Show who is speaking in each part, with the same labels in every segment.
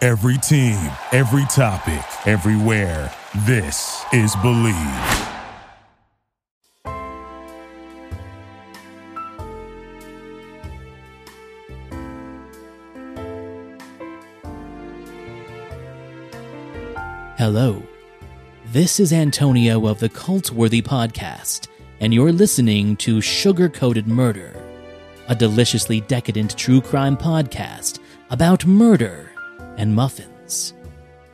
Speaker 1: Every team, every topic, everywhere. This is Believe.
Speaker 2: Hello. This is Antonio of the Cultworthy Podcast, and you're listening to Sugar Coated Murder, a deliciously decadent true crime podcast about murder and muffins.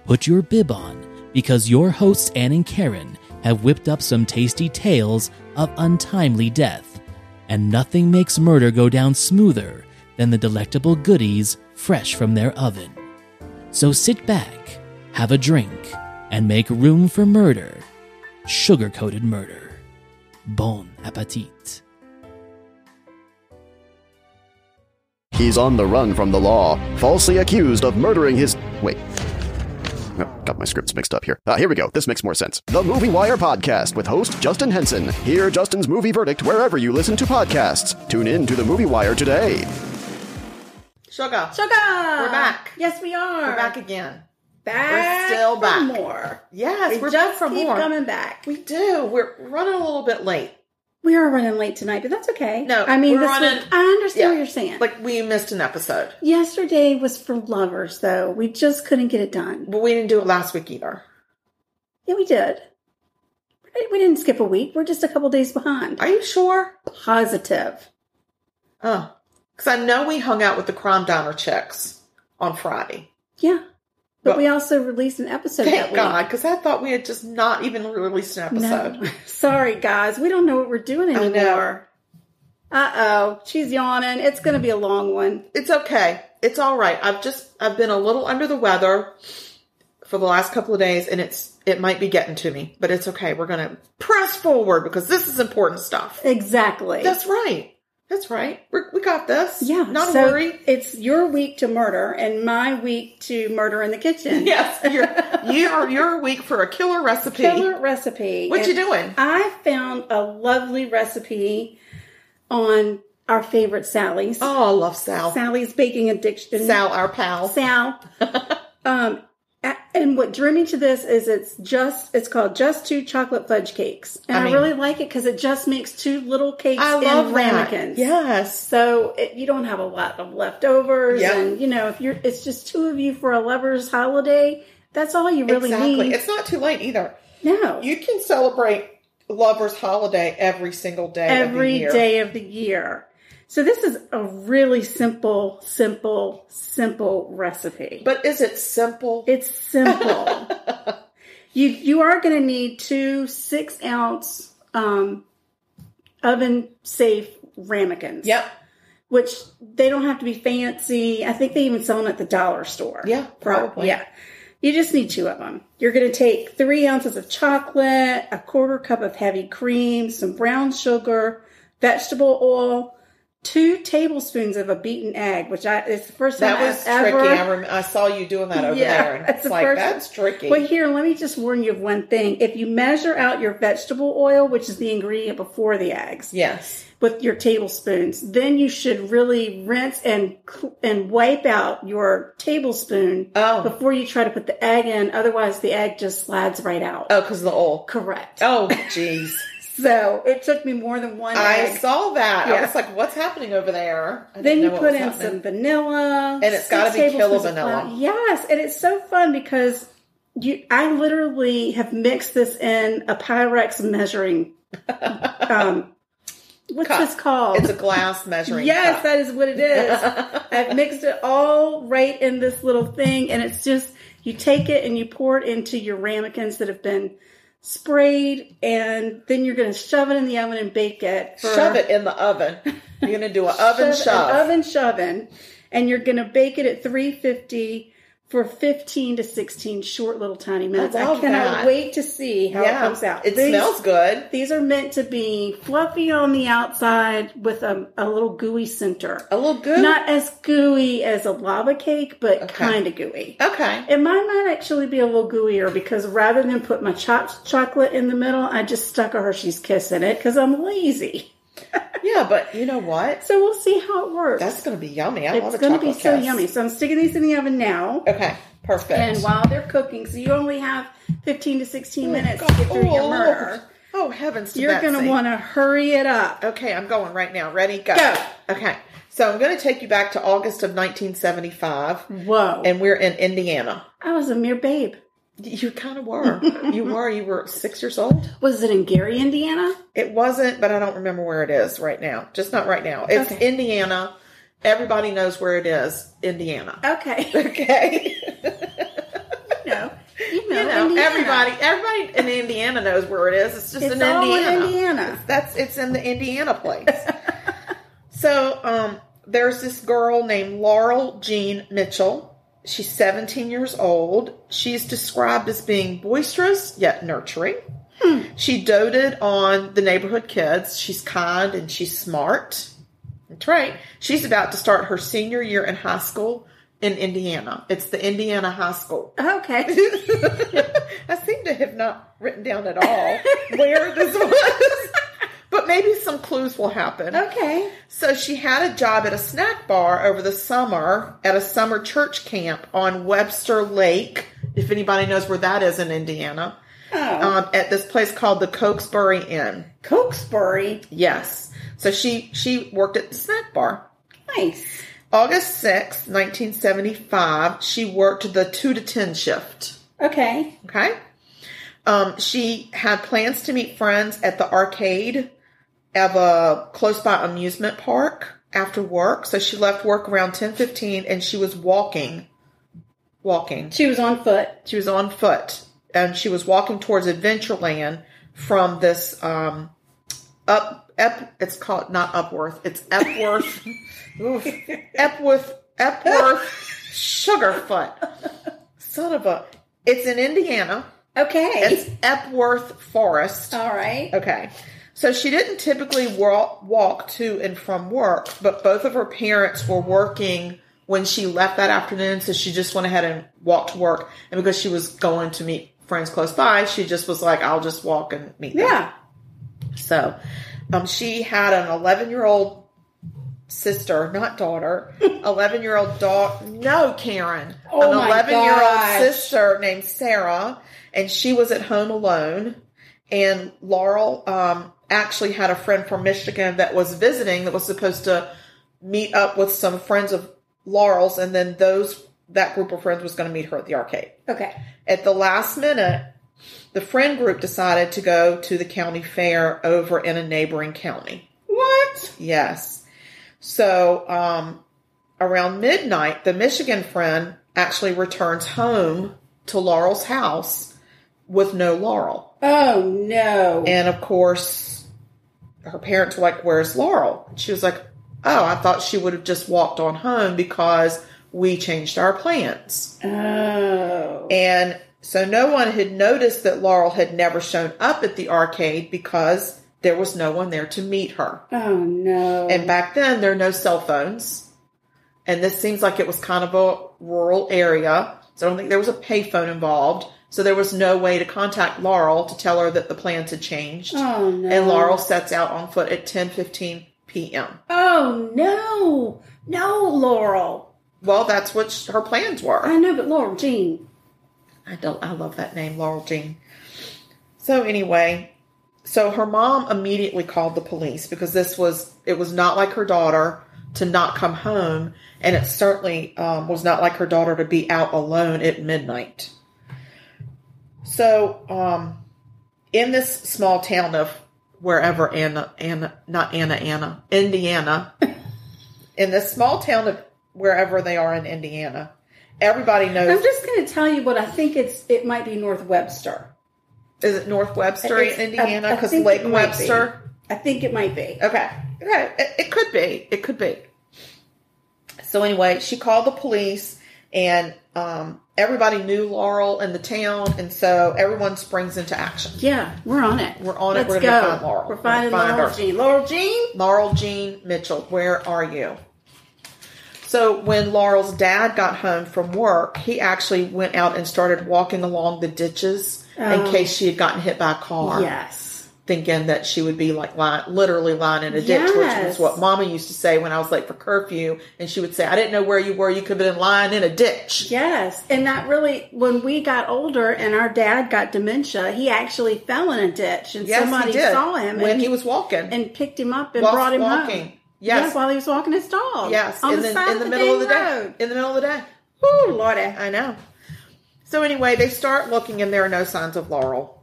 Speaker 2: Put your bib on because your hosts, Ann and Karen, have whipped up some tasty tales of untimely death, and nothing makes murder go down smoother than the delectable goodies fresh from their oven. So sit back, have a drink, and make room for murder. Sugar coated murder. Bon appetit.
Speaker 3: He's on the run from the law, falsely accused of murdering his. Wait. Oh, got my scripts mixed up here. Uh, here we go. This makes more sense. The Movie Wire Podcast with host Justin Henson. Hear Justin's movie verdict wherever you listen to podcasts. Tune in to the Movie Wire today.
Speaker 4: Sugar.
Speaker 5: Sugar!
Speaker 4: We're back.
Speaker 5: Yes, we are.
Speaker 4: We're back again.
Speaker 5: Back
Speaker 4: We're still
Speaker 5: for
Speaker 4: back.
Speaker 5: more.
Speaker 4: Yes,
Speaker 5: we
Speaker 4: we're
Speaker 5: just
Speaker 4: back for
Speaker 5: keep
Speaker 4: more.
Speaker 5: coming back. We,
Speaker 4: We do. We're running a little bit late.
Speaker 5: are running late tonight, but that's okay.
Speaker 4: No,
Speaker 5: I mean
Speaker 4: we're
Speaker 5: this
Speaker 4: running-
Speaker 5: week. I understand what
Speaker 4: Yeah.
Speaker 5: you're saying.
Speaker 4: Like we missed an episode,
Speaker 5: yesterday was for lovers, though. We just couldn't get it done.
Speaker 4: but we didn't do it last week either.
Speaker 5: Yeah, we did. We- We didn't skip a week. We're just a couple days behind.
Speaker 4: Are you sure?
Speaker 5: Positive.
Speaker 4: Oh, because I know we hung out with the crime diner chicks on Friday.
Speaker 5: Yeah, but
Speaker 4: Well-
Speaker 5: we also released an episode that
Speaker 4: Thank
Speaker 5: week.
Speaker 4: God, because I thought we had just not even released an episode.
Speaker 5: No, sorry guys, we don't know what we're doing
Speaker 4: I know.
Speaker 5: anymore. Uh oh, she's yawning. It's going to be a long one.
Speaker 4: It's okay. It's all right. I've just I've been a little under the weather for the last couple of days, and it's it might be getting to me, but it's okay. We're gonna press forward because this is important stuff.
Speaker 5: Exactly.
Speaker 4: That's right. That's right. We're, we got this.
Speaker 5: Yeah.
Speaker 4: Not
Speaker 5: so
Speaker 4: a worry.
Speaker 5: It's your week to murder and my week to murder in the kitchen.
Speaker 4: Yes. You're, you are, you're a week for a killer recipe.
Speaker 5: Killer recipe.
Speaker 4: what you
Speaker 5: And
Speaker 4: doing?
Speaker 5: I found a lovely recipe on our favorite Sally's.
Speaker 4: Oh, I love Sal. Sal,
Speaker 5: Sally's Baking Addiction.
Speaker 4: our pal.
Speaker 5: Sal. um, a- and what drew me to this is it's just it's called just two chocolate fudge cakes, and
Speaker 4: I
Speaker 5: I,
Speaker 4: mean-
Speaker 5: really like it because it just makes two little cakes
Speaker 4: I love
Speaker 5: in
Speaker 4: that.
Speaker 5: ramekins.
Speaker 4: Yes.
Speaker 5: So it, you don't have a lot of leftovers,
Speaker 4: Yep.
Speaker 5: and you know if you're, it's just two of you for a lovers' holiday. That's all you really
Speaker 4: exactly.
Speaker 5: need.
Speaker 4: It's not too late either.
Speaker 5: no,
Speaker 4: You can celebrate Lover's Holiday every single day.
Speaker 5: every
Speaker 4: of the year.
Speaker 5: day of the year. So this is a really simple, simple, simple recipe.
Speaker 4: But is it simple?
Speaker 5: It's simple. you you are going to need two six ounce um, oven safe ramekins.
Speaker 4: yep.
Speaker 5: Which they don't have to be fancy. I think they even sell them at the dollar store.
Speaker 4: Yeah, probably.
Speaker 5: Yeah. You just need two of them. You're going to take three ounces of chocolate, a quarter cup of heavy cream, some brown sugar, vegetable oil, two tablespoons of a beaten egg, which I it's the first time
Speaker 4: That was
Speaker 5: I've
Speaker 4: tricky.
Speaker 5: ever
Speaker 4: I, rem- I saw you doing that over there. And it's
Speaker 5: the
Speaker 4: like,
Speaker 5: first-
Speaker 4: that's tricky.
Speaker 5: Well, here, let me just warn you of one thing. If you measure out your vegetable oil, which is the ingredient before the eggs,
Speaker 4: yes.
Speaker 5: with your tablespoons, then you should really rinse and cl- and wipe out your tablespoon
Speaker 4: Oh.
Speaker 5: before you try to put the egg in. Otherwise, the egg just slides right out.
Speaker 4: Oh, because the oil.
Speaker 5: Correct.
Speaker 4: Oh, jeez.
Speaker 5: So it took me more than one
Speaker 4: I
Speaker 5: egg.
Speaker 4: saw that. I
Speaker 5: Yeah.
Speaker 4: was like, what's happening over there? I
Speaker 5: Then
Speaker 4: didn't
Speaker 5: you
Speaker 4: know what
Speaker 5: put
Speaker 4: was
Speaker 5: in
Speaker 4: happening.
Speaker 5: some vanilla,
Speaker 4: And it's gotta
Speaker 5: six
Speaker 4: be killer
Speaker 5: tablespoons of
Speaker 4: vanilla.
Speaker 5: flour. Yes, and it's so fun because you, I literally have mixed this in a Pyrex measuring. Um, what's
Speaker 4: Cup.
Speaker 5: this called?
Speaker 4: It's a glass measuring
Speaker 5: yes,
Speaker 4: cup.
Speaker 5: that is what it is. I've mixed it all right in this little thing, and it's just you take it and you pour it into your ramekins that have been sprayed, and then you're going to shove it in the oven and bake it. For,
Speaker 4: shove it in the oven. You're gonna do an oven shove.
Speaker 5: shove- an oven shoving, and you're going to bake it at 350 for 15 to 16 short little tiny minutes. I,
Speaker 4: love
Speaker 5: cannot
Speaker 4: that.
Speaker 5: wait to see how
Speaker 4: yeah,
Speaker 5: it comes out.
Speaker 4: It
Speaker 5: These-
Speaker 4: smells good.
Speaker 5: These are meant to be fluffy on the outside with a, a little gooey center.
Speaker 4: A little good.
Speaker 5: Not as gooey as a lava cake, but
Speaker 4: Okay. Oh.
Speaker 5: kind of gooey.
Speaker 4: okay.
Speaker 5: And mine might actually be a little gooier because rather than put my chopped chocolate in the middle, I just stuck a Hershey's Kiss in it because I'm lazy.
Speaker 4: Yeah, but you know what?
Speaker 5: So we'll see how it works.
Speaker 4: That's going to be yummy. I love
Speaker 5: it's
Speaker 4: a
Speaker 5: going to
Speaker 4: chocolate
Speaker 5: be so
Speaker 4: kiss.
Speaker 5: yummy. So I'm sticking these in the oven now.
Speaker 4: Okay, perfect.
Speaker 5: And while they're cooking, so you only have 15 to 16 minutes to
Speaker 4: God,
Speaker 5: get through your
Speaker 4: oh,
Speaker 5: murder.
Speaker 4: Oh heavens! To
Speaker 5: You're going to want to hurry it up.
Speaker 4: Okay, I'm going right now. Ready? Go.
Speaker 5: Go.
Speaker 4: Okay. So I'm going to take you back to August of 1975,
Speaker 5: Whoa.
Speaker 4: and we're in Indiana.
Speaker 5: I was a mere babe.
Speaker 4: You kind of were. you were. You were six years old.
Speaker 5: Was it in Gary, Indiana?
Speaker 4: It wasn't, but I don't remember where it is right now. Just not right now. It's
Speaker 5: Okay.
Speaker 4: Indiana. Everybody knows where it is. Indiana.
Speaker 5: Okay.
Speaker 4: Okay.
Speaker 5: no. You know,
Speaker 4: you know,
Speaker 5: Indiana.
Speaker 4: everybody, everybody in Indiana knows where it is. It's just
Speaker 5: It's
Speaker 4: in
Speaker 5: all
Speaker 4: Indiana.
Speaker 5: in Indiana.
Speaker 4: That's it's in the Indiana place. so um, there's this girl named Laurel Jean Mitchell. She's 17 years old. She's described as being boisterous yet nurturing. She doted on the neighborhood kids. She's kind and she's smart. That's right. She's about to start her senior year in high school in Indiana. It's the Indiana High School.
Speaker 5: Okay.
Speaker 4: I seem to have not written down at all where this was, but maybe some clues will happen.
Speaker 5: Okay.
Speaker 4: So she had a job at a snack bar over the summer at a summer church camp on Webster Lake, if anybody knows where that is in Indiana,
Speaker 5: Oh.
Speaker 4: um, at this place called the Cokesbury Inn.
Speaker 5: Cokesbury.
Speaker 4: Yes. So she she worked at the snack bar.
Speaker 5: Nice.
Speaker 4: August sixth, 1975, she worked the 2 to 10 shift.
Speaker 5: Okay.
Speaker 4: Okay. Um, she had plans to meet friends at the arcade of a close by amusement park after work. So she left work around ten fifteen, and she was walking. Walking.
Speaker 5: She was on foot.
Speaker 4: She was on foot and she was walking towards Adventureland from this um up Ep, it's called not Upworth, it's Epworth Oof. Epworth Epworth Sugarfoot. Son of a it's in Indiana.
Speaker 5: Okay.
Speaker 4: It's Epworth Forest.
Speaker 5: All right.
Speaker 4: Okay. So she didn't typically walk, walk to and from work, but both of her parents were working when she left that afternoon, so she just went ahead and walked to work. And because she was going to meet friends close by, she just was like, I'll just walk and meet them.
Speaker 5: Yeah.
Speaker 4: So um, she had an 11 year old sister, not daughter, 11 year old daughter, no, Karen,
Speaker 5: Oh
Speaker 4: an
Speaker 5: my
Speaker 4: 11 year
Speaker 5: gosh.
Speaker 4: old sister named Sarah, and she was at home alone. And Laurel um, actually had a friend from Michigan that was visiting that was supposed to meet up with some friends of Laurel's, and then those that group of friends was going to meet her at the arcade.
Speaker 5: Okay.
Speaker 4: At the last minute, the friend group decided to go to the county fair over in a neighboring county.
Speaker 5: What?
Speaker 4: Yes. So um, around midnight, the Michigan friend actually returns home to Laurel's house with no Laurel.
Speaker 5: Oh no.
Speaker 4: And of course, her parents were like, Where's Laurel? And she was like, Oh, I thought she would have just walked on home because we changed our plans.
Speaker 5: oh.
Speaker 4: And so no one had noticed that Laurel had never shown up at the arcade because there was no one there to meet her.
Speaker 5: oh no.
Speaker 4: And back then, there are no cell phones. And this seems like it was kind of a rural area. So I don't think there was a payphone involved. So there was no way to contact Laurel to tell her that the plans had changed.
Speaker 5: oh no.
Speaker 4: And Laurel sets out on foot at 10:15 p.m.
Speaker 5: Oh no. No, Laurel.
Speaker 4: Well, that's what sh- her plans were.
Speaker 5: I know, but Laurel Jean.
Speaker 4: I don't. I love that name, Laurel Jean. So anyway, so her mom immediately called the police because this was it was not like her daughter to not come home, and it certainly um, was not like her daughter to be out alone at midnight. So, um, in this small town of wherever Anna, Anna, not Anna, Anna, Indiana, in this small town of wherever they are in Indiana, everybody knows.
Speaker 5: I'm just going to tell you what I think it's. It might be North Webster.
Speaker 4: Is it North Webster,
Speaker 5: It's- I-
Speaker 4: Indiana?
Speaker 5: I
Speaker 4: Because
Speaker 5: think
Speaker 4: Lake
Speaker 5: it might
Speaker 4: Webster.
Speaker 5: I think it might be.
Speaker 4: Okay. Okay. It, it could be. It could be. So anyway, she called the police, and um, everybody knew Laurel in the town, and so everyone springs into action.
Speaker 5: Yeah, we're on it.
Speaker 4: We're on it.
Speaker 5: Let's
Speaker 4: We're
Speaker 5: go.
Speaker 4: gonna find Laurel.
Speaker 5: We're
Speaker 4: We're
Speaker 5: finding
Speaker 4: gonna find
Speaker 5: Laurel
Speaker 4: her.
Speaker 5: Jean. Laurel Jean.
Speaker 4: Laurel Jean Mitchell, where are you? So when Laurel's dad got home from work, he actually went Oh. out and started walking along the ditches in case she had gotten hit by a car.
Speaker 5: Yes.
Speaker 4: thinking that she would be like lying, literally lying in a ditch, which was
Speaker 5: Yes.
Speaker 4: what Mama used to say when I was late for curfew, and she would say, "I didn't know where you were. You could have been lying in a ditch."
Speaker 5: Yes, and that really, when we got older and our dad got dementia, he actually fell in a ditch, and
Speaker 4: Yes, he
Speaker 5: somebody
Speaker 4: did.
Speaker 5: saw him
Speaker 4: when
Speaker 5: and,
Speaker 4: he was walking
Speaker 5: and picked him up and
Speaker 4: whilst
Speaker 5: brought him
Speaker 4: walking.
Speaker 5: home.
Speaker 4: Yes,
Speaker 5: Yeah, while he was walking his dog.
Speaker 4: yes,
Speaker 5: on
Speaker 4: in
Speaker 5: the,
Speaker 4: the,
Speaker 5: side
Speaker 4: in
Speaker 5: of
Speaker 4: the
Speaker 5: the,
Speaker 4: middle of the
Speaker 5: dang
Speaker 4: day.
Speaker 5: road.
Speaker 4: In the middle of the day.
Speaker 5: Oh lordy!
Speaker 4: I know. So anyway, they start looking and there are no signs of Laurel.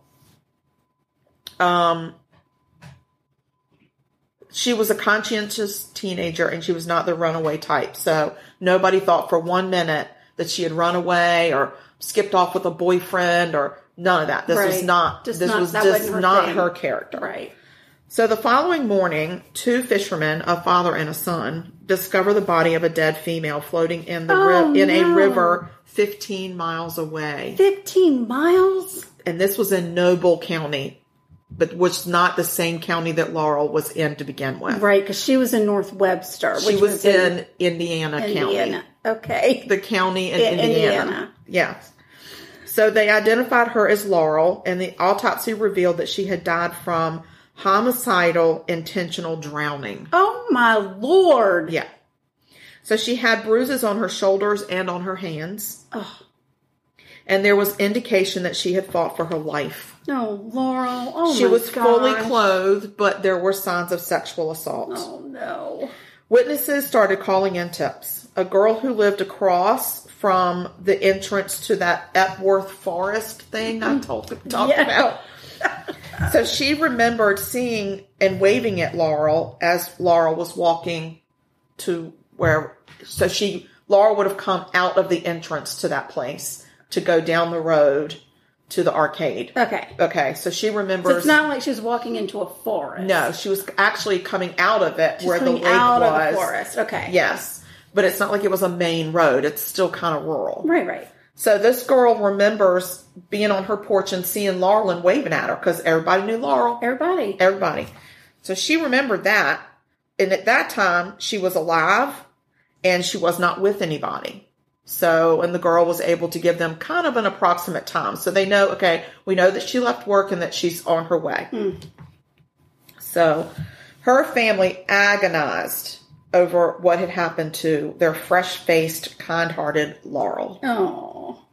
Speaker 4: Um she was a conscientious teenager and she was not the runaway type. So nobody thought for one minute that she had run away or skipped off with a boyfriend or none of that. This was
Speaker 5: Right.
Speaker 4: not
Speaker 5: Just
Speaker 4: this
Speaker 5: not-
Speaker 4: was
Speaker 5: that
Speaker 4: just
Speaker 5: wasn't her
Speaker 4: not
Speaker 5: thing.
Speaker 4: her character.
Speaker 5: Right.
Speaker 4: So the following morning, two fishermen, a father and a son, discover the body of a dead female floating in the
Speaker 5: Oh,
Speaker 4: ri- in a
Speaker 5: no.
Speaker 4: river 15 miles away.
Speaker 5: Fifteen miles.
Speaker 4: And this was in Noble County, but was not the same county that Laurel was in to begin with.
Speaker 5: Right, because she was in North Webster.
Speaker 4: She
Speaker 5: which
Speaker 4: was, in Indiana,
Speaker 5: Indiana.
Speaker 4: County.
Speaker 5: Okay.
Speaker 4: The county in
Speaker 5: In
Speaker 4: Indiana.
Speaker 5: Indiana.
Speaker 4: Yes. So they identified her as Laurel, and the autopsy revealed that she had died from homicidal intentional drowning.
Speaker 5: Oh my lord!
Speaker 4: Yeah. So she had bruises on her shoulders and on her hands.
Speaker 5: Oh,
Speaker 4: And there was indication that she had fought for her life.
Speaker 5: no, Laurel. Oh,
Speaker 4: she
Speaker 5: my
Speaker 4: was fully
Speaker 5: gosh.
Speaker 4: clothed, but there were signs of sexual assault.
Speaker 5: Oh no!
Speaker 4: Witnesses started calling in tips. A girl who lived across from the entrance to that Epworth Forest thing I told talked
Speaker 5: Mm-hmm. Yeah.
Speaker 4: about. so she remembered seeing and waving at Laurel as Laurel was walking to where. So she Laurel would have come out of the entrance to that place to go down the road to the arcade.
Speaker 5: Okay,
Speaker 4: Okay, so she remembers.
Speaker 5: so it's not like she was walking into a forest.
Speaker 4: no, she was actually coming out of it
Speaker 5: She's
Speaker 4: where the
Speaker 5: coming
Speaker 4: lake
Speaker 5: out
Speaker 4: was.
Speaker 5: of the forest. Okay.
Speaker 4: Yes, but it's not like it was a main road. It's still kind of rural.
Speaker 5: Right. Right.
Speaker 4: So this girl remembers being on her porch and seeing Laurel and waving at her because everybody knew Laurel.
Speaker 5: Everybody.
Speaker 4: Everybody. So she remembered that. And at that time, she was alive and she was not with anybody. So, and the girl was able to give them kind of an approximate time. So they know, okay, we know that she left work and that she's on her way. So her family agonized over what had happened to their fresh faced, kind hearted Laurel.
Speaker 5: Oh.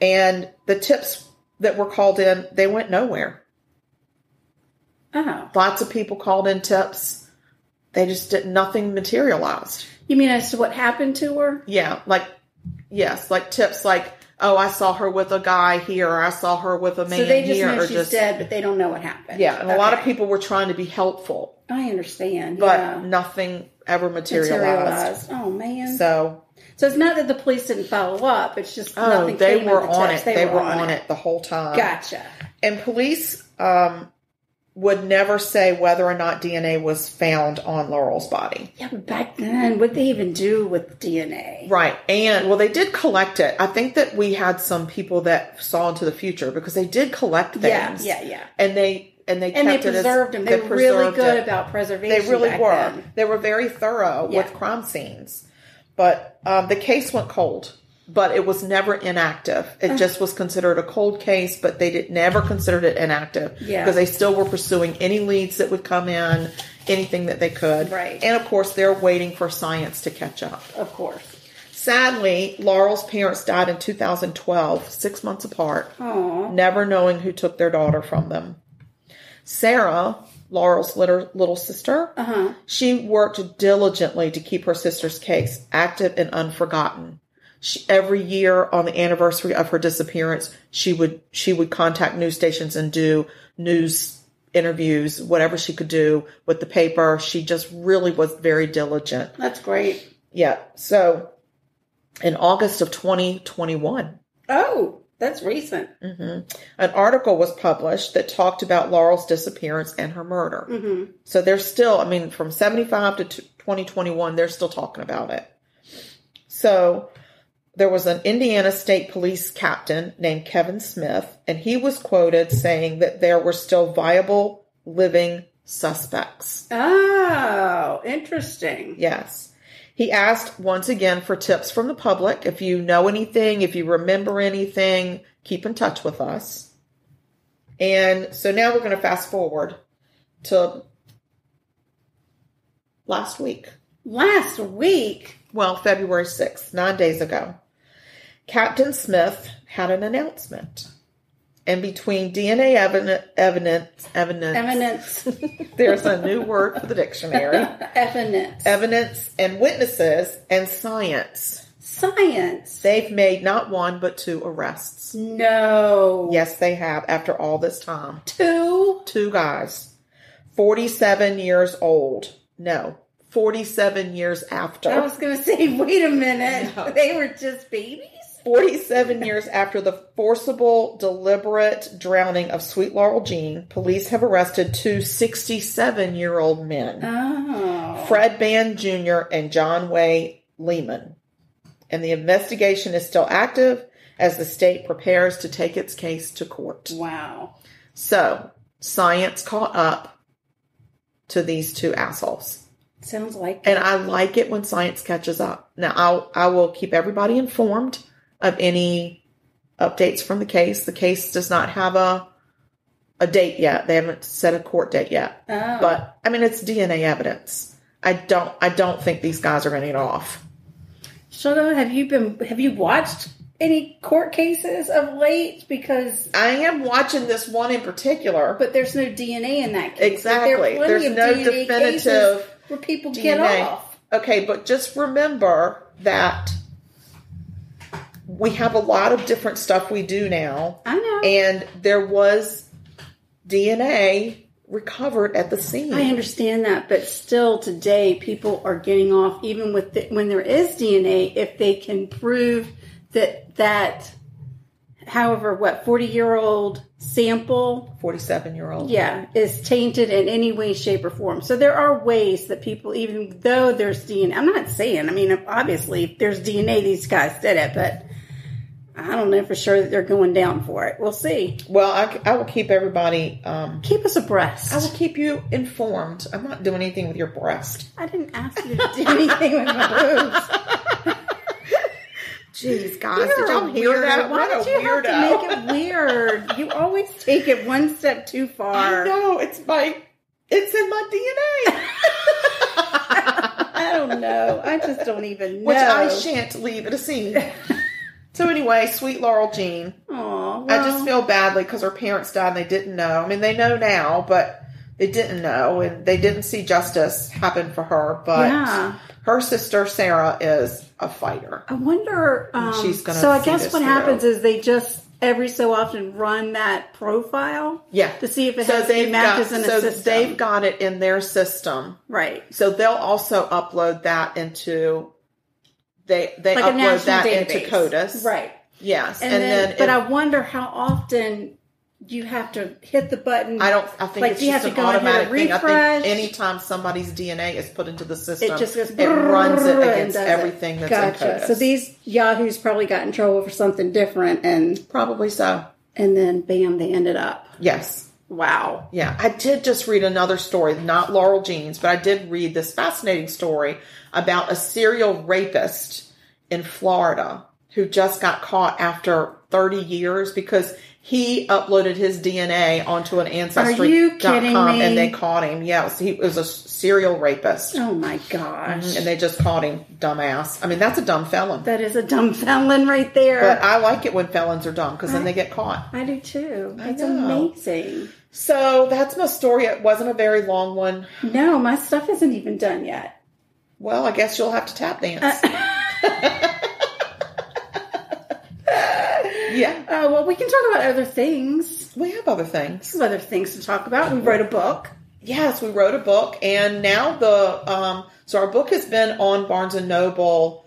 Speaker 4: And the tips that were called in, they went nowhere.
Speaker 5: Oh.
Speaker 4: Lots of people called in tips. They just did nothing materialized.
Speaker 5: You mean as to what happened to her?
Speaker 4: Yeah, like yes, like tips like, oh, I saw her with a guy here, or I saw her with a man
Speaker 5: so they just
Speaker 4: here,
Speaker 5: know
Speaker 4: or
Speaker 5: she's
Speaker 4: just
Speaker 5: dead, but they don't know what happened.
Speaker 4: yeah. And a lot of
Speaker 5: Okay.
Speaker 4: people were trying to be helpful,
Speaker 5: I understand.
Speaker 4: but
Speaker 5: yeah.
Speaker 4: nothing ever materialized.
Speaker 5: materialized. Oh man. So,
Speaker 4: So
Speaker 5: it's not that the police didn't follow up. It's just
Speaker 4: oh,
Speaker 5: nothing.
Speaker 4: they
Speaker 5: came
Speaker 4: were
Speaker 5: of the
Speaker 4: on
Speaker 5: tips.
Speaker 4: it. They, were, on it. Um, the whole time.
Speaker 5: Gotcha.
Speaker 4: And police um, would never say whether or not DNA was found on Laurel's body.
Speaker 5: Yeah, but back then, what they even do with DNA?
Speaker 4: Right. And well, they did collect it. I think that we had some people that saw into the future because they did collect things.
Speaker 5: Yeah, yeah, yeah.
Speaker 4: And they and they
Speaker 5: And they
Speaker 4: kept it as-
Speaker 5: preserved them. They, were really
Speaker 4: preserved
Speaker 5: good
Speaker 4: it.
Speaker 5: about preservation.
Speaker 4: They really
Speaker 5: back
Speaker 4: were.
Speaker 5: then.
Speaker 4: They were very thorough with
Speaker 5: Yeah.
Speaker 4: crime scenes. But um, the case went cold. But it was never inactive.
Speaker 5: Uh-huh.
Speaker 4: It just was considered a cold case, but they did never considered it inactive
Speaker 5: Yeah.
Speaker 4: because they still were pursuing any leads that would come in, anything that they could.
Speaker 5: Right.
Speaker 4: And of course, they're waiting for science to catch up.
Speaker 5: Of course.
Speaker 4: Sadly, Laurel's parents died in 2012, six months apart,
Speaker 5: Oh.
Speaker 4: never knowing who took their daughter from them. Sarah, Laurel's litter, little sister,
Speaker 5: Uh huh.
Speaker 4: she worked diligently to keep her sister's case active and unforgotten. She, every year on the anniversary of her disappearance, she would she would contact news stations and do news interviews, whatever she could do with the paper. She just really was very diligent.
Speaker 5: That's great.
Speaker 4: Yeah. So in August of 2021,
Speaker 5: Oh, that's recent.
Speaker 4: Mm. an article was published that talked about Laurel's disappearance and her murder.
Speaker 5: Mm-hmm.
Speaker 4: So they're still, I mean, from 75 to t- 2021, they're still talking about it. So there was an Indiana State Police captain named Kevin Smith, and he was quoted saying that there were still viable living suspects.
Speaker 5: Oh, interesting.
Speaker 4: Yes. He asked once again for tips from the public. If you know anything, if you remember anything, keep in touch with us. And so now we're going to fast forward to last week.
Speaker 5: Last week,
Speaker 4: Well, February 6th, nine days ago, Captain Smith had an announcement. And between DNA evidence, evidence, evidence,
Speaker 5: evidence,
Speaker 4: there's a new word for the dictionary
Speaker 5: evidence,
Speaker 4: evidence and witnesses and science.
Speaker 5: science.
Speaker 4: They've made not one but two arrests.
Speaker 5: No.
Speaker 4: Yes, they have after all this time.
Speaker 5: Two.
Speaker 4: Two guys, 47 years old. No, 47 years after.
Speaker 5: I was going to say, wait a minute. They were just babies?
Speaker 4: 47 years after the forcible, deliberate drowning of Sweet Laurel Jean, police have arrested two 67 year old men,
Speaker 5: Oh.
Speaker 4: Fred Band Jr. and John Way Lehman. And the investigation is still active as the state prepares to take its case to court.
Speaker 5: Wow.
Speaker 4: So, science caught up to these two assholes.
Speaker 5: Sounds like
Speaker 4: And I like it when science catches up. Now I'll I will keep everybody informed of any updates from the case. The case does not have a a date yet. They haven't set a court date yet.
Speaker 5: Oh.
Speaker 4: But I mean it's DNA evidence. I don't I don't think these guys are gonna get off.
Speaker 5: Shoto, have you been have you watched any court cases of late? Because
Speaker 4: I am watching this one in particular.
Speaker 5: but there's no DNA in that case. But
Speaker 4: Exactly.
Speaker 5: There are
Speaker 4: There's
Speaker 5: plenty
Speaker 4: no
Speaker 5: of DNA cases
Speaker 4: definitive
Speaker 5: where people
Speaker 4: DNA.
Speaker 5: get off.
Speaker 4: E Okay, but just remember that we have a lot of different stuff we do now.
Speaker 5: I know.
Speaker 4: and there was DNA recovered at the scene.
Speaker 5: I understand that, but still today people are getting off even with the, when there is DNA if they can prove that that however what 40-year-old sample
Speaker 4: 47 year old.
Speaker 5: yeah is tainted in any way shape or form. So there are ways that people even though there's DNA I'm not saying I mean obviously if there's DNA these guys did it but I don't know for sure that they're going down for it. We'll see.
Speaker 4: Well, I, I will keep everybody, um,
Speaker 5: Keep us abreast.
Speaker 4: I will keep you informed. I'm not doing anything with your breast.
Speaker 5: I didn't ask you to do anything with my boobs.
Speaker 4: Jeez, guys,
Speaker 5: You're
Speaker 4: did
Speaker 5: a
Speaker 4: y'all hear
Speaker 5: weirdo.
Speaker 4: that?
Speaker 5: Why
Speaker 4: What
Speaker 5: did
Speaker 4: a
Speaker 5: you
Speaker 4: weirdo.
Speaker 5: have to make it weird? You always take it one step too
Speaker 4: I
Speaker 5: far.
Speaker 4: know, it's my, it's in my DNA.
Speaker 5: I don't know. I just don't even know.
Speaker 4: Which I shan't leave at a scene. so anyway, sweet Laurel Jean.
Speaker 5: Aw,
Speaker 4: I just
Speaker 5: well,
Speaker 4: feel badly because her parents died and they didn't know. I mean, they know now, but they didn't know and they didn't see justice happen for her. But
Speaker 5: Yeah.
Speaker 4: her sister, Sarah, is a fighter.
Speaker 5: I wonder. Um,
Speaker 4: She's gonna
Speaker 5: so I
Speaker 4: see this
Speaker 5: guess what
Speaker 4: through.
Speaker 5: happens is they just every so often run that profile.
Speaker 4: Yeah.
Speaker 5: To see if it
Speaker 4: so
Speaker 5: has
Speaker 4: they've
Speaker 5: any matches
Speaker 4: got,
Speaker 5: in a
Speaker 4: so
Speaker 5: system.
Speaker 4: they've got it in their system.
Speaker 5: right.
Speaker 4: So they'll also upload that into. They, they
Speaker 5: Like a
Speaker 4: upload
Speaker 5: national
Speaker 4: that
Speaker 5: database.
Speaker 4: into CODIS.
Speaker 5: Right.
Speaker 4: Yes.
Speaker 5: And, then, but
Speaker 4: if-
Speaker 5: I wonder how often you have to hit the button.
Speaker 4: I don't. I think
Speaker 5: Like,
Speaker 4: it's
Speaker 5: do you
Speaker 4: just
Speaker 5: have
Speaker 4: an
Speaker 5: to go in here to
Speaker 4: automatic thing. I
Speaker 5: refresh?
Speaker 4: think anytime somebody's DNA is put into the system,
Speaker 5: It just goes.
Speaker 4: it runs it
Speaker 5: brrrr and
Speaker 4: against
Speaker 5: does it.
Speaker 4: everything that's in
Speaker 5: gotcha.
Speaker 4: CODIS.
Speaker 5: So these Yahoo's probably got in trouble for something different, and
Speaker 4: probably so.
Speaker 5: and then bam, they ended up.
Speaker 4: Yes.
Speaker 5: Wow.
Speaker 4: Yeah, I did just read another story, not Laurel Jean's, but I did read this fascinating story about a serial rapist in Florida who just got caught after 30 years because he uploaded his DNA onto an ancestry.com
Speaker 5: you kidding me?
Speaker 4: and they caught him. Yeah, it was, he was a serial rapist.
Speaker 5: Oh my gosh,
Speaker 4: And they just caught him, dumbass. I mean, that's a dumb felon.
Speaker 5: that is a dumb felon right there.
Speaker 4: But I like it when felons are dumb because then they get caught.
Speaker 5: I do too. That's
Speaker 4: know.
Speaker 5: amazing.
Speaker 4: So that's my story. It wasn't a very long one.
Speaker 5: No, my stuff isn't even done yet.
Speaker 4: Well, I guess you'll have to tap dance. yeah,
Speaker 5: Oh well, we can talk about other things.
Speaker 4: we have other things.
Speaker 5: Some other things to talk about. We wrote a book.
Speaker 4: Yes, we wrote a book, and now the um, so our book has been on Barnes and Noble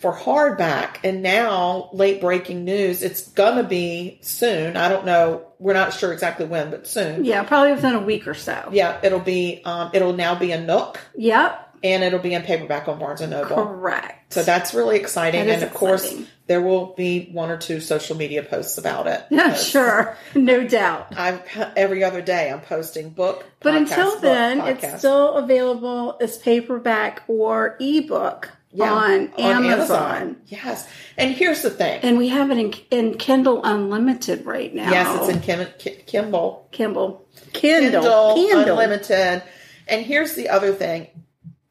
Speaker 4: for hardback, and now late breaking news. It's gonna be soon. I don't know. We're not sure exactly when, but soon.
Speaker 5: Yeah, probably within a week or so.
Speaker 4: Yeah, it'll be. Um, it'll now be a Nook,
Speaker 5: Yep.
Speaker 4: and it'll be in paperback on Barnes and Noble.
Speaker 5: Correct.
Speaker 4: So that's really exciting.
Speaker 5: That is
Speaker 4: and of course,
Speaker 5: exciting.
Speaker 4: there will be one or two social media posts about it.
Speaker 5: yeah,
Speaker 4: Because
Speaker 5: sure, no doubt.
Speaker 4: I'm every other day I'm posting book.
Speaker 5: But
Speaker 4: podcast,
Speaker 5: until
Speaker 4: book,
Speaker 5: then,
Speaker 4: podcast.
Speaker 5: it's still available as paperback or ebook.
Speaker 4: Yeah,
Speaker 5: on, Amazon.
Speaker 4: Yes. And here's the thing.
Speaker 5: And we have it in, in Kindle Unlimited right now.
Speaker 4: yes, it's in Kim- Ki- Kimball.
Speaker 5: Kindle.
Speaker 4: Kindle,
Speaker 5: Kindle. Kindle.
Speaker 4: Unlimited. And here's the other thing.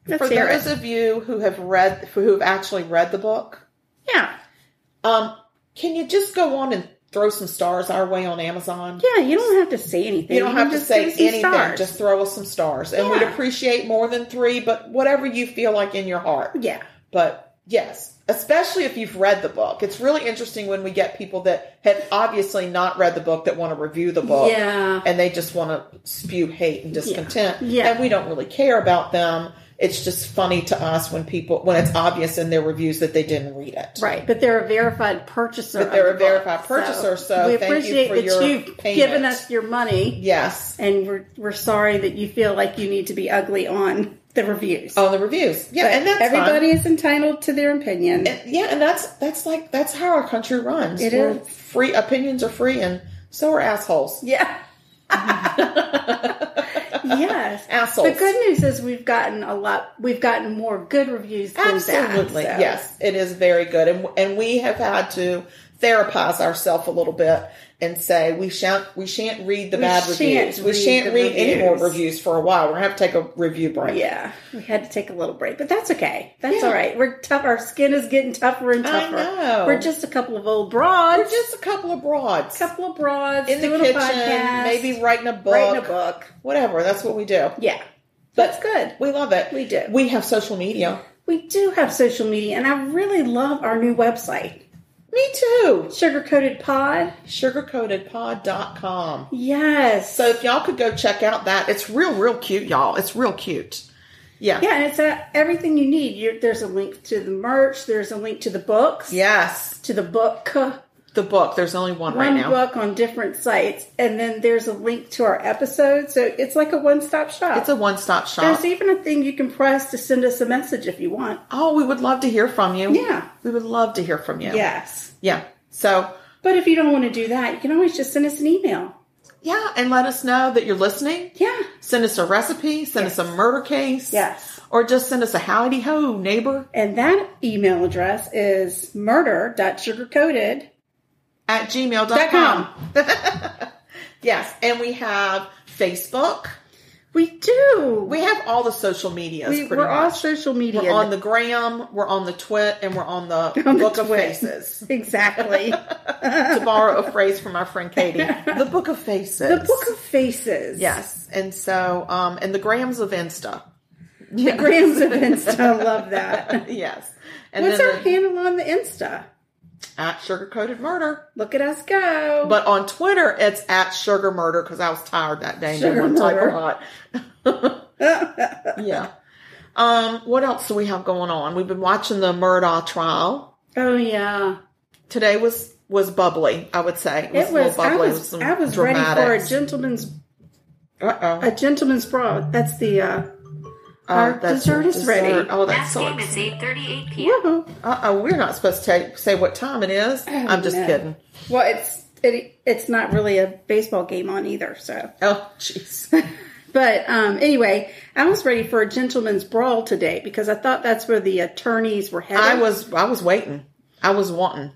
Speaker 5: Let's
Speaker 4: For
Speaker 5: hear
Speaker 4: those
Speaker 5: it.
Speaker 4: of you who have read, who've actually read the book,
Speaker 5: yeah.
Speaker 4: um, can you just go on and throw some stars our way on Amazon?
Speaker 5: Yeah, you don't have to say anything.
Speaker 4: You don't
Speaker 5: can
Speaker 4: have to
Speaker 5: just
Speaker 4: say
Speaker 5: give us some
Speaker 4: anything.
Speaker 5: stars.
Speaker 4: Just throw us some stars, and we'd
Speaker 5: Yeah.
Speaker 4: appreciate more than three, but whatever you feel like in your heart.
Speaker 5: yeah.
Speaker 4: But yes, especially if you've read the book, it's really interesting when we get people that have obviously not read the book that want to review the book,
Speaker 5: Yeah.
Speaker 4: and they just want to spew hate and discontent,
Speaker 5: Yeah.
Speaker 4: and we don't really care about them. It's just funny to us when people when it's obvious in their reviews that they didn't read it.
Speaker 5: Right, but they're a verified purchacer.
Speaker 4: But they're
Speaker 5: of
Speaker 4: a
Speaker 5: the book,
Speaker 4: verified purchaser, so
Speaker 5: we
Speaker 4: thank you
Speaker 5: appreciate
Speaker 4: for
Speaker 5: that
Speaker 4: your
Speaker 5: you've
Speaker 4: payment.
Speaker 5: given us your money,
Speaker 4: Yes.
Speaker 5: and we're we're sorry that you feel like you need to be ugly on the reviews.
Speaker 4: on the reviews. Oh, Yeah, and that's
Speaker 5: everybody
Speaker 4: everybody.
Speaker 5: is entitled to their opinion.
Speaker 4: Yeah, and that's that's like that's how our country runs.
Speaker 5: It
Speaker 4: We're
Speaker 5: is.
Speaker 4: free opinions are free, and so are assholes.
Speaker 5: yeah. yes.
Speaker 4: Assholes.
Speaker 5: The good news is we've gotten a lot. We've gotten more good reviews. Than
Speaker 4: Absolutely,
Speaker 5: bad, so.
Speaker 4: yes, it is very good, and and we have had to therapize ourselves a little bit and say we shan't we shan't read the
Speaker 5: We
Speaker 4: bad
Speaker 5: shan't
Speaker 4: reviews. We
Speaker 5: read
Speaker 4: shan't
Speaker 5: the
Speaker 4: read any more
Speaker 5: reviews.
Speaker 4: reviews for a while. We're gonna have to take a review break.
Speaker 5: Yeah, we had to take a little break, but that's okay. That's
Speaker 4: Yeah.
Speaker 5: all right. We're tough. Our skin is getting tougher and
Speaker 4: I
Speaker 5: tougher.
Speaker 4: know.
Speaker 5: We're just a couple of old broads.
Speaker 4: We're just a couple of broads
Speaker 5: couple of broads
Speaker 4: in the
Speaker 5: doing
Speaker 4: kitchen,
Speaker 5: a podcast,
Speaker 4: maybe writing a book,
Speaker 5: writing a book.
Speaker 4: whatever. That's what we do.
Speaker 5: Yeah,
Speaker 4: But
Speaker 5: that's good.
Speaker 4: We love it.
Speaker 5: We do.
Speaker 4: We have social media.
Speaker 5: We do have social media, and I really love our new website,
Speaker 4: Me too.
Speaker 5: Sugar Coated Pod.
Speaker 4: sugarcoatedpod.com.
Speaker 5: Yes.
Speaker 4: So if y'all could go check out that, it's real, real cute, y'all. It's real cute. Yeah.
Speaker 5: yeah, and it's uh everything you need. You're, there's a link to the merch. There's a link to the books.
Speaker 4: Yes.
Speaker 5: To the book.
Speaker 4: The book. There's only one, right
Speaker 5: one
Speaker 4: now.
Speaker 5: book on different sites, and then there's a link to our episode. So it's like a one stop shop.
Speaker 4: It's a one stop shop.
Speaker 5: there's even a thing you can press to send us a message if you want.
Speaker 4: oh, we would love to hear from you.
Speaker 5: Yeah.
Speaker 4: We would love to hear from you.
Speaker 5: Yes.
Speaker 4: Yeah. So,
Speaker 5: But if you don't want to do that, you can always just send us an email.
Speaker 4: yeah. And let us know that you're listening.
Speaker 5: Yeah.
Speaker 4: Send us a recipe. Send us a murder case.
Speaker 5: Yes.
Speaker 4: Or just send us a howdy ho, neighbor,
Speaker 5: And that email address is murder.sugarcoated.
Speaker 4: at
Speaker 5: Dot
Speaker 4: gmail.com. yes. And we have Facebook.
Speaker 5: We do.
Speaker 4: We have all the social medias.
Speaker 5: we,
Speaker 4: pretty
Speaker 5: we're
Speaker 4: much.
Speaker 5: on social media.
Speaker 4: We're on the gram, we're on the twit, and we're on the
Speaker 5: On the
Speaker 4: book of
Speaker 5: Twit.
Speaker 4: faces.
Speaker 5: Exactly.
Speaker 4: to borrow a phrase from our friend Katie, the book of faces.
Speaker 5: the Book of Faces.
Speaker 4: yes, and so um, and the grams of Insta.
Speaker 5: The Grams of Insta. I love that.
Speaker 4: Yes, and
Speaker 5: What's
Speaker 4: then
Speaker 5: our
Speaker 4: the,
Speaker 5: handle on the Insta?
Speaker 4: at sugar coated murder.
Speaker 5: Look at us go.
Speaker 4: But on Twitter, it's at sugar murder because I was tired that day. and didn't
Speaker 5: Sugar
Speaker 4: want to type
Speaker 5: Murder.
Speaker 4: a lot. yeah. Um, what else do we have going on? We've been watching the Murdaugh trial.
Speaker 5: oh yeah.
Speaker 4: today was was bubbly. I would say
Speaker 5: It
Speaker 4: a
Speaker 5: was
Speaker 4: little
Speaker 5: I
Speaker 4: bubbly.
Speaker 5: was I was ready for a gentleman's
Speaker 4: Uh
Speaker 5: a gentleman's brawl. That's the uh
Speaker 4: oh,
Speaker 5: our dessert is ready.
Speaker 4: Oh, that's
Speaker 6: Last
Speaker 4: so.
Speaker 6: game is 8:38 p.m.
Speaker 5: woohoo.
Speaker 4: Uh oh, we're not supposed to ta- say what time it is. I'm just
Speaker 5: Oh, no.
Speaker 4: kidding.
Speaker 5: Well, it's it, it's not really a baseball game on either. So,
Speaker 4: Oh, jeez.
Speaker 5: but um, anyway, I was ready for a gentleman's brawl today because I thought that's where the attorneys were headed.
Speaker 4: I was I was waiting. I was wanting.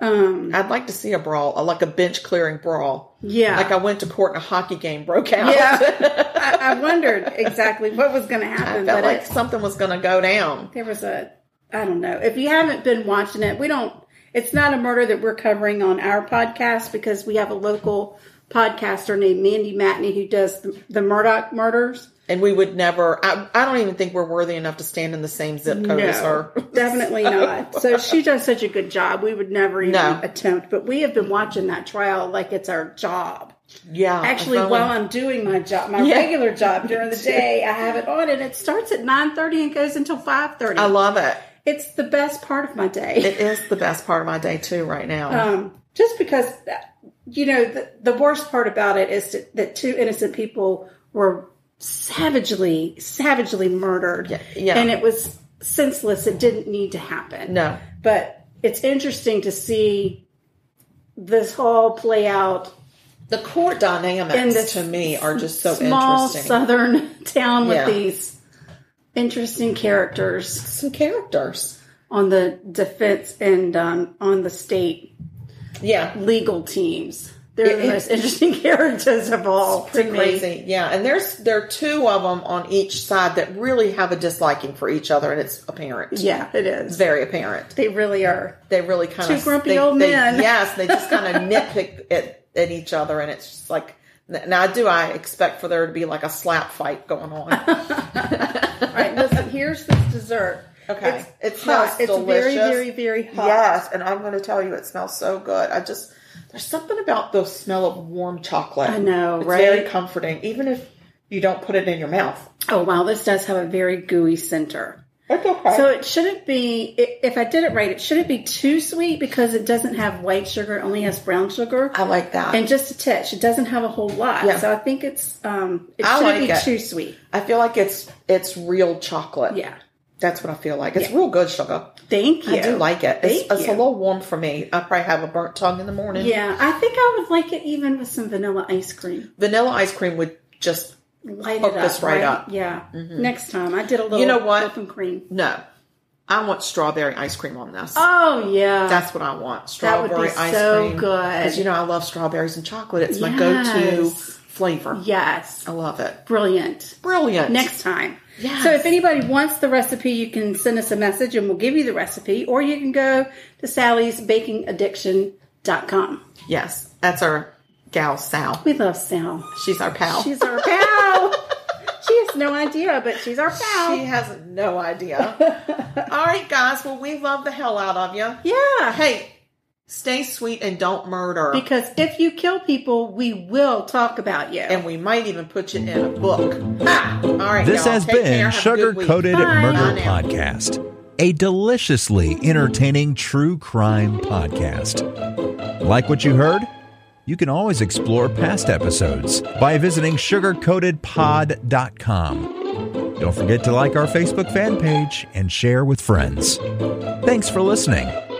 Speaker 5: um,
Speaker 4: I'd like to see a brawl, a, like a bench clearing brawl.
Speaker 5: yeah,
Speaker 4: Like I went to court and a hockey game broke out.
Speaker 5: yeah. I, I wondered exactly what was going to
Speaker 4: I
Speaker 5: happen,
Speaker 4: felt
Speaker 5: but
Speaker 4: like
Speaker 5: it,
Speaker 4: something was going to go down.
Speaker 5: there was a I don't know. If you haven't been watching it, we don't. It's not a murder that we're covering on our podcast because we have a local podcaster named Mandy Matney who does the, the Murdoch murders.
Speaker 4: And we would never, I, I don't even think we're worthy enough to stand in the same zip code as her.
Speaker 5: Definitely not. So she does such a good job. We would never even
Speaker 4: No.
Speaker 5: attempt, but we have been watching that trial like it's our job.
Speaker 4: Yeah. if
Speaker 5: Actually,
Speaker 4: only-
Speaker 5: while I'm doing my job, my
Speaker 4: Uh, Yeah.
Speaker 5: regular job during the day, I have it on and it starts at 9:30 and goes until
Speaker 4: I
Speaker 5: 5:30.
Speaker 4: love it.
Speaker 5: It's the best part of my day.
Speaker 4: It is the best part of my day too right now.
Speaker 5: Um just because uh, you know the, the worst part about it is that, that two innocent people were savagely savagely murdered
Speaker 4: Yeah, yeah.
Speaker 5: and it was senseless it didn't need to happen
Speaker 4: no,
Speaker 5: but it's interesting to see this all play out
Speaker 4: the court dynamics
Speaker 5: in this
Speaker 4: to me are just so
Speaker 5: small
Speaker 4: interesting.
Speaker 5: southern town with
Speaker 4: Yeah.
Speaker 5: these interesting characters
Speaker 4: Some characters.
Speaker 5: on the defense and um, on the state
Speaker 4: Yeah.
Speaker 5: legal teams. They're
Speaker 4: It-
Speaker 5: the most interesting characters of all.
Speaker 4: Pretty
Speaker 5: to me.
Speaker 4: crazy. Yeah. And there's there are two of them on each side that really have a disliking for each other, and it's apparent.
Speaker 5: Yeah, it
Speaker 4: It's
Speaker 5: is.
Speaker 4: very apparent.
Speaker 5: They really are.
Speaker 4: They really kind
Speaker 5: Two
Speaker 4: of
Speaker 5: grumpy
Speaker 4: they,
Speaker 5: old
Speaker 4: they-
Speaker 5: men.
Speaker 4: yes, they just kind of nitpick at, at each other, and it's just like. Now, I do. I expect for there to be like a slap fight going on.
Speaker 5: All right, listen. Here's this dessert.
Speaker 4: Okay.
Speaker 5: it's,
Speaker 4: It smells
Speaker 5: hot. It's
Speaker 4: delicious.
Speaker 5: very, very, very hot.
Speaker 4: Yes, and I'm going to tell you, it smells so good. I just there's something about the smell of warm chocolate.
Speaker 5: I know,
Speaker 4: it's
Speaker 5: right?
Speaker 4: Very comforting, even if you don't put it in your mouth.
Speaker 5: Oh wow, this does have a very gooey center.
Speaker 4: That's okay.
Speaker 5: So it shouldn't be. i- If I did it right, it shouldn't be too sweet because it doesn't have white sugar. It only has brown sugar.
Speaker 4: I like that.
Speaker 5: and just a touch. It doesn't have a whole lot,
Speaker 4: Yeah.
Speaker 5: so I think it's um, it
Speaker 4: I
Speaker 5: shouldn't
Speaker 4: like
Speaker 5: be
Speaker 4: it.
Speaker 5: too sweet.
Speaker 4: I feel like it's it's real chocolate.
Speaker 5: Yeah,
Speaker 4: that's what I feel like. It's
Speaker 5: Yeah.
Speaker 4: real good sugar.
Speaker 5: thank you.
Speaker 4: I do like it. It's,
Speaker 5: Thank
Speaker 4: it's a
Speaker 5: you.
Speaker 4: little warm for me. I probably have a burnt tongue in the morning.
Speaker 5: Yeah, I think I would like it even with some vanilla ice cream.
Speaker 4: vanilla ice cream would just
Speaker 5: Light
Speaker 4: Hook
Speaker 5: it up,
Speaker 4: this right up. Mm-hmm.
Speaker 5: Yeah, next time I did a little.
Speaker 4: know what?
Speaker 5: whipping cream.
Speaker 4: no. I want strawberry ice cream on this.
Speaker 5: Oh yeah,
Speaker 4: That's what I want.
Speaker 5: That would
Speaker 4: Strawberry
Speaker 5: be
Speaker 4: ice
Speaker 5: so
Speaker 4: cream.
Speaker 5: good.
Speaker 4: Because you know I love strawberries and chocolate. It's my
Speaker 5: Yes.
Speaker 4: go-to flavor.
Speaker 5: yes,
Speaker 4: I love it.
Speaker 5: brilliant.
Speaker 4: Brilliant.
Speaker 5: Next time.
Speaker 4: Yes.
Speaker 5: So if anybody wants the recipe, you can send us a message and we'll give you the recipe, or you can go to Sally's Baking Addiction.com.
Speaker 4: Yes, that's our gal Sal.
Speaker 5: We love Sal.
Speaker 4: She's our pal.
Speaker 5: She's our pal. she has no idea, but she's our pal.
Speaker 4: she has no idea. All right, guys. Well, we love the hell out of you.
Speaker 5: yeah.
Speaker 4: Hey, stay sweet and don't murder.
Speaker 5: Because if you kill people, we will talk about you.
Speaker 4: and we might even put you in a book. Ah! All right,
Speaker 6: This
Speaker 4: y'all.
Speaker 6: has
Speaker 4: Take care.
Speaker 6: been
Speaker 4: Have a
Speaker 6: Sugar
Speaker 4: good week.
Speaker 6: Coated
Speaker 5: Bye.
Speaker 6: Murder
Speaker 4: Bye now.
Speaker 6: Podcast, a deliciously entertaining true crime podcast. Like what you heard? You can always explore past episodes by visiting sugarcoatedpod.com. Don't forget to like our Facebook fan page and share with friends. Thanks for listening